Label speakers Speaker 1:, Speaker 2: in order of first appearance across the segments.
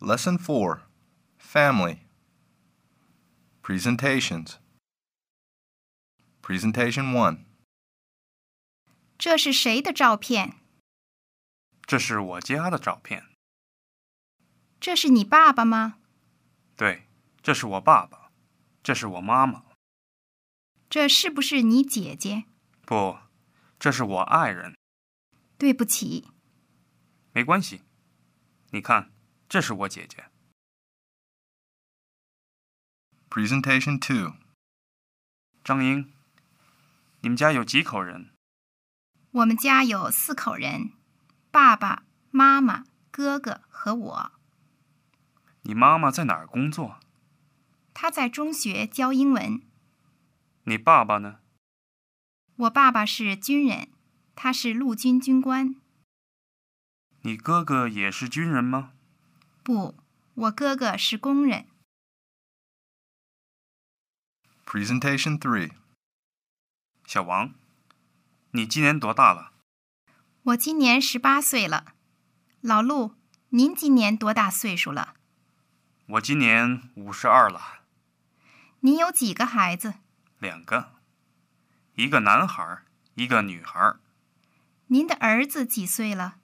Speaker 1: Lesson 4 Family Presentations Presentation 1
Speaker 2: 这是谁的照片？
Speaker 3: 这是我家的照片，
Speaker 2: 这是你爸爸吗？
Speaker 3: 对，这是我爸爸，这是我妈妈，
Speaker 2: 这是不是你姐姐？
Speaker 3: 不，这是我爱人。
Speaker 2: 对不起，
Speaker 3: 没关系，你看，这是我姐姐，
Speaker 1: Presentation 2
Speaker 3: 张英。你们家有几口人？
Speaker 2: 我们家有四口人，爸爸妈妈、哥哥和我。
Speaker 3: 你妈妈在哪儿工作？
Speaker 2: 他在中学教英文。
Speaker 3: 你爸爸呢？
Speaker 2: 我爸爸是军人，他是陆军军官。
Speaker 3: 你哥哥也是军人吗？
Speaker 2: 不，我哥哥是工人。
Speaker 1: Presentation 3
Speaker 3: 小王，你今年多大了？
Speaker 2: 我今年十八岁了。老陆，您今年多大岁数了？
Speaker 3: 我今年五十二了，
Speaker 2: 您有几个孩子？
Speaker 3: 两个，一个男孩儿，一个女孩儿。
Speaker 2: 您的儿子几岁了？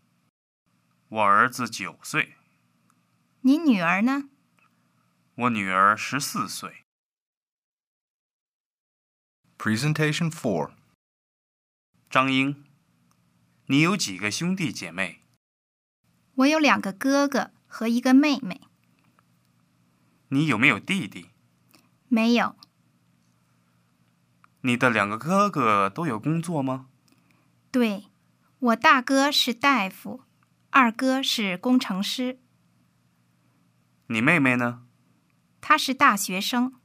Speaker 3: 我儿子九岁，
Speaker 2: 您女儿呢？
Speaker 3: 我女儿十四岁。
Speaker 1: Presentation 4
Speaker 3: 张英，你有几个兄弟姐妹？
Speaker 2: 我有两个哥哥和一个妹妹。
Speaker 3: 你有没有弟弟？
Speaker 2: 没有，
Speaker 3: 你的两个哥哥都有工作吗？
Speaker 2: 对，我大哥是大夫，二哥是工程师，
Speaker 3: 你妹妹呢？
Speaker 2: 他是大学生。